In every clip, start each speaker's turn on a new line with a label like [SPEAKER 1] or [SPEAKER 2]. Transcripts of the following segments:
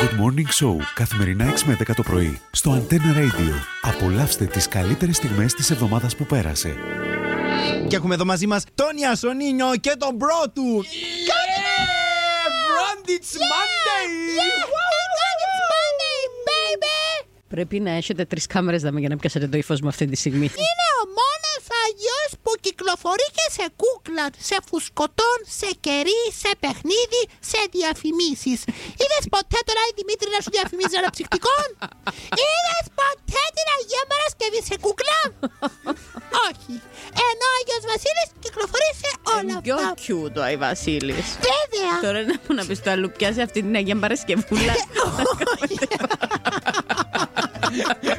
[SPEAKER 1] Good Morning Show, καθημερινά 6 με 10 το πρωί, στο Antenna Radio. Απολαύστε τις καλύτερες στιγμές της εβδομάδας που πέρασε.
[SPEAKER 2] Και έχουμε εδώ μαζί μας τον Ιασονίνιο και τον μπρο του. Run, it's Monday!
[SPEAKER 3] Πρέπει να έχετε τρεις κάμερες δάμε για να πιάσετε το ύφος μου αυτή τη στιγμή.
[SPEAKER 4] Είναι ο μόνο Αγιός που κυκλοφορεί και σε κούκλα, σε φουσκωτών, σε κερί, σε παιχνίδι, σε διαφημίσεις. Είδες ποτέ τώρα η Δημήτρη να σου διαφημίζει αναψυκτικών. Είδες ποτέ την Αγία Παρασκευή σε κούκλα. Όχι. Ενώ ο Άγιος Βασίλης κυκλοφορεί σε όλα
[SPEAKER 3] Πιο
[SPEAKER 4] αυτά.
[SPEAKER 3] cute ο Άι Βασίλης.
[SPEAKER 4] Βέβαια.
[SPEAKER 3] Τώρα να μου να πεις το αλλού, πιάσει αυτή την Αγία Παρασκευούλα.
[SPEAKER 4] Ε,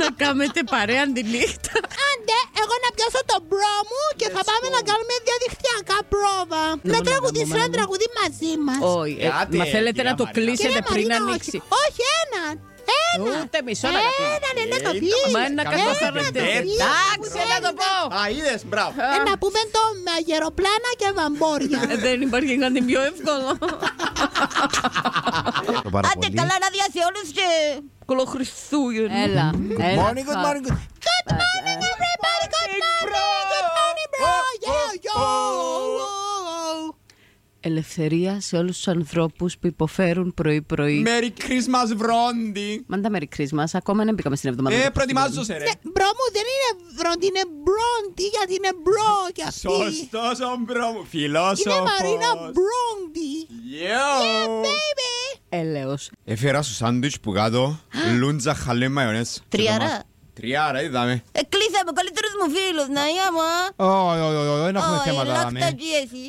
[SPEAKER 3] να κάνετε παρέα τη νύχτα.
[SPEAKER 4] Άντε, εγώ να πιάσω τον μπρο μου και θα πάμε να κάνουμε διαδικτυακά πρόβα. Να
[SPEAKER 3] όλα τα
[SPEAKER 4] τραγουδήσει ένα
[SPEAKER 3] δεδομένα.
[SPEAKER 4] τραγουδί μαζί μας.
[SPEAKER 3] Όχι, ε,
[SPEAKER 2] Άντε,
[SPEAKER 3] μα θέλετε
[SPEAKER 2] κυρία
[SPEAKER 3] να το
[SPEAKER 2] Μαρίνα.
[SPEAKER 3] κλείσετε πριν ανοίξει.
[SPEAKER 4] Όχι, όχι έναν. Ένα.
[SPEAKER 3] Ούτε μισό να καταλάβω.
[SPEAKER 4] Έναν, ένα το
[SPEAKER 2] Ε,
[SPEAKER 4] πει.
[SPEAKER 3] Μα ένα
[SPEAKER 2] Καλά,
[SPEAKER 3] καταφέρετε.
[SPEAKER 2] ε,
[SPEAKER 3] Εντάξει, να το πω.
[SPEAKER 2] Α, είδες, μπράβο.
[SPEAKER 4] Ε, Να πούμε το με αγεροπλάνα και βαμπόρια.
[SPEAKER 3] Ε, Δεν υπάρχει κάτι πιο εύκολο.
[SPEAKER 2] Το πάρα
[SPEAKER 5] Άντε
[SPEAKER 2] πολύ.
[SPEAKER 5] καλά να διάσει όλους και...
[SPEAKER 3] Κολοχριστούγεννα. Έλα.
[SPEAKER 2] Good
[SPEAKER 3] έλα.
[SPEAKER 2] morning, good morning, good-
[SPEAKER 4] Good morning, everybody. Good morning. Good morning, bro. Yo, yo.
[SPEAKER 3] Ελευθερία σε όλους τους ανθρώπους που υποφέρουν πρωί-πρωί. Με...
[SPEAKER 6] Merry Christmas, Βρόντι!
[SPEAKER 3] Μάντα Merry Christmas, ακόμα δεν μπήκαμε στην εβδομάδα.
[SPEAKER 6] Ε,
[SPEAKER 3] του
[SPEAKER 6] προετοιμάζεσαι, ρε!
[SPEAKER 4] Ναι, Μπρο μου δεν είναι βροντι, είναι μπρόντι γιατί είναι μπρο και αυτή.
[SPEAKER 6] Σωστός ο μπρο μου,
[SPEAKER 4] Είναι
[SPEAKER 6] φιλόσοφος!
[SPEAKER 4] Μαρίνα Μπρόντι. Yeah,
[SPEAKER 6] Yo!
[SPEAKER 4] baby.
[SPEAKER 3] Έλεος.
[SPEAKER 6] Έφερα στο σάντουιτς που κάτω, λούντζα χαλέ μαϊονές.
[SPEAKER 5] Τριαρά.
[SPEAKER 6] Τριάρα, είδαμε.
[SPEAKER 5] Ε, κλείσαμε ο καλύτερος μου φίλος, να είμαι, α.
[SPEAKER 2] Όχι, όχι, όχι, δεν έχουμε
[SPEAKER 5] Ω,
[SPEAKER 2] θέματα. ναι.
[SPEAKER 5] ελάχιστα
[SPEAKER 2] δάμε.
[SPEAKER 5] και εσύ.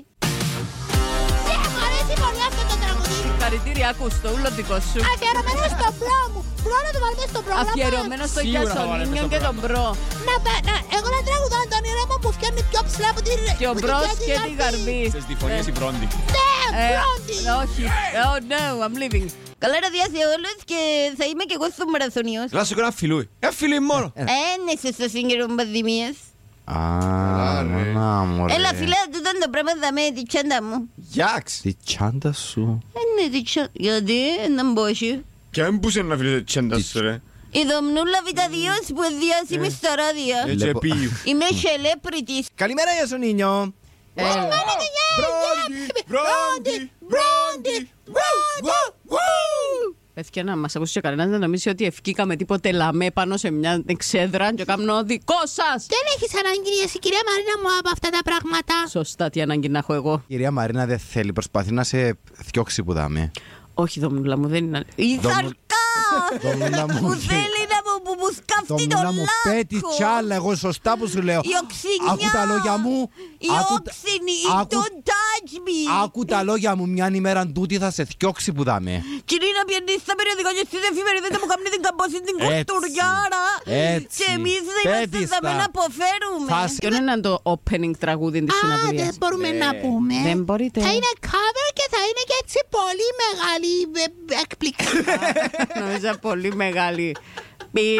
[SPEAKER 4] Και μου αρέσει πολύ αυτό το τραγουδί.
[SPEAKER 3] Συγχαρητήρια, ακούς το ούλο δικό σου.
[SPEAKER 4] Αφιερωμένο στο μπρο μου. Μπρο να το βάλουμε στο πρόγραμμα.
[SPEAKER 3] Αφιερωμένο στο
[SPEAKER 6] Σίγουρα θα βάλουμε
[SPEAKER 3] Γιασονίνιο
[SPEAKER 6] στο
[SPEAKER 3] και τον Μπρο.
[SPEAKER 4] Να, πα- να, εγώ να τραγουδάω τον ήρεμο που φτιάχνει πιο ψηλά από την
[SPEAKER 3] Και ο
[SPEAKER 4] που την
[SPEAKER 3] Μπρος
[SPEAKER 4] πιάνει
[SPEAKER 3] και τη Γαρμή.
[SPEAKER 6] Στις διφωνίες η Βρόντι.
[SPEAKER 4] Ναι,
[SPEAKER 3] Ε,
[SPEAKER 4] Μπρόντι.
[SPEAKER 3] όχι. Oh no, I'm leaving.
[SPEAKER 5] Καλά να διάσει όλους και θα είμαι και εγώ στο μαραθωνίος.
[SPEAKER 6] Λάς σου κάνω φιλούι. Ε, φιλούι μόνο!
[SPEAKER 5] Ε, ναι, σε στο σύγκριμα πανδημίας.
[SPEAKER 2] Α,
[SPEAKER 6] ρε.
[SPEAKER 2] να μου ρε.
[SPEAKER 5] Έλα, φίλα, τούτα τα πράγματα με τη τσάντα μου.
[SPEAKER 6] Γιάξ!
[SPEAKER 2] Τη τσάντα σου.
[SPEAKER 5] Ε, ναι, τη τσάντα. Γιατί, να μπω εσύ.
[SPEAKER 6] Και αν πούσε να φιλούι τσέντα σου, ρε.
[SPEAKER 5] Η δομνούλα
[SPEAKER 2] Mm.
[SPEAKER 5] βιταδιός που
[SPEAKER 2] Ε.
[SPEAKER 5] διάσημη στα ράδια.
[SPEAKER 6] Έτσι
[SPEAKER 2] Βλέπω-
[SPEAKER 6] επίγει.
[SPEAKER 5] Είμαι celebrity.
[SPEAKER 2] Καλημέρα, Ιασονίνιο.
[SPEAKER 6] Ε,
[SPEAKER 3] Έλα.
[SPEAKER 6] Βρόντι! Βρόντι! Βρόντι!
[SPEAKER 3] Πέθηκε να μας ακούσει και κανένας να νομίζει ότι ευκήκαμε τίποτε λαμέ πάνω σε μια εξέδρα και κάνω δικό σας.
[SPEAKER 4] Δεν έχεις ανάγκη εσύ, κυρία Μαρίνα μου, από αυτά τα πράγματα.
[SPEAKER 3] Σωστά τι ανάγκη να έχω εγώ.
[SPEAKER 2] Κυρία Μαρίνα δεν θέλει, προσπαθεί να σε θιώξει που δάμε.
[SPEAKER 3] Όχι, Δομνούλα μου, δεν είναι.
[SPEAKER 5] Η
[SPEAKER 2] Δομνου-
[SPEAKER 5] θαρκά
[SPEAKER 2] Δομνούλα μου,
[SPEAKER 5] που
[SPEAKER 2] ναι.
[SPEAKER 5] θέλει να μου που μου σκάφτει το
[SPEAKER 2] Δομνούλα μου, πέτη
[SPEAKER 5] λάκκο.
[SPEAKER 2] τσάλα, εγώ σωστά που σου λέω.
[SPEAKER 5] Η οξυνιά.
[SPEAKER 2] Άκου τα λόγια μου.
[SPEAKER 5] Η
[SPEAKER 2] Άκου τα-
[SPEAKER 5] όξινη. η
[SPEAKER 2] άκου-
[SPEAKER 5] Don't touch me.
[SPEAKER 2] Άκου τα λόγια μου, μια ημέρα τούτη θα σε θιώξει που δάμε.
[SPEAKER 5] Κυρία να πιανείς στα περιοδικά και στις εφημερίδες να μου κάνουν την καμπόση την
[SPEAKER 2] Έτσι.
[SPEAKER 5] κουρτουριάρα.
[SPEAKER 2] Έτσι.
[SPEAKER 5] Και εμείς να είμαστε
[SPEAKER 2] Πέτιστα.
[SPEAKER 5] δαμέ να αποφέρουμε.
[SPEAKER 2] Θα σε-
[SPEAKER 3] Ποιο είναι το opening τραγούδι της
[SPEAKER 4] Α,
[SPEAKER 3] συναυλίας.
[SPEAKER 4] δεν μπορούμε να πούμε.
[SPEAKER 3] Δεν μπορείτε.
[SPEAKER 4] Θα είναι cover και θα είναι και έτσι πολύ μεγάλη ε, ε, εκπληκτική.
[SPEAKER 3] Νομίζω πολύ μεγάλη. Πι-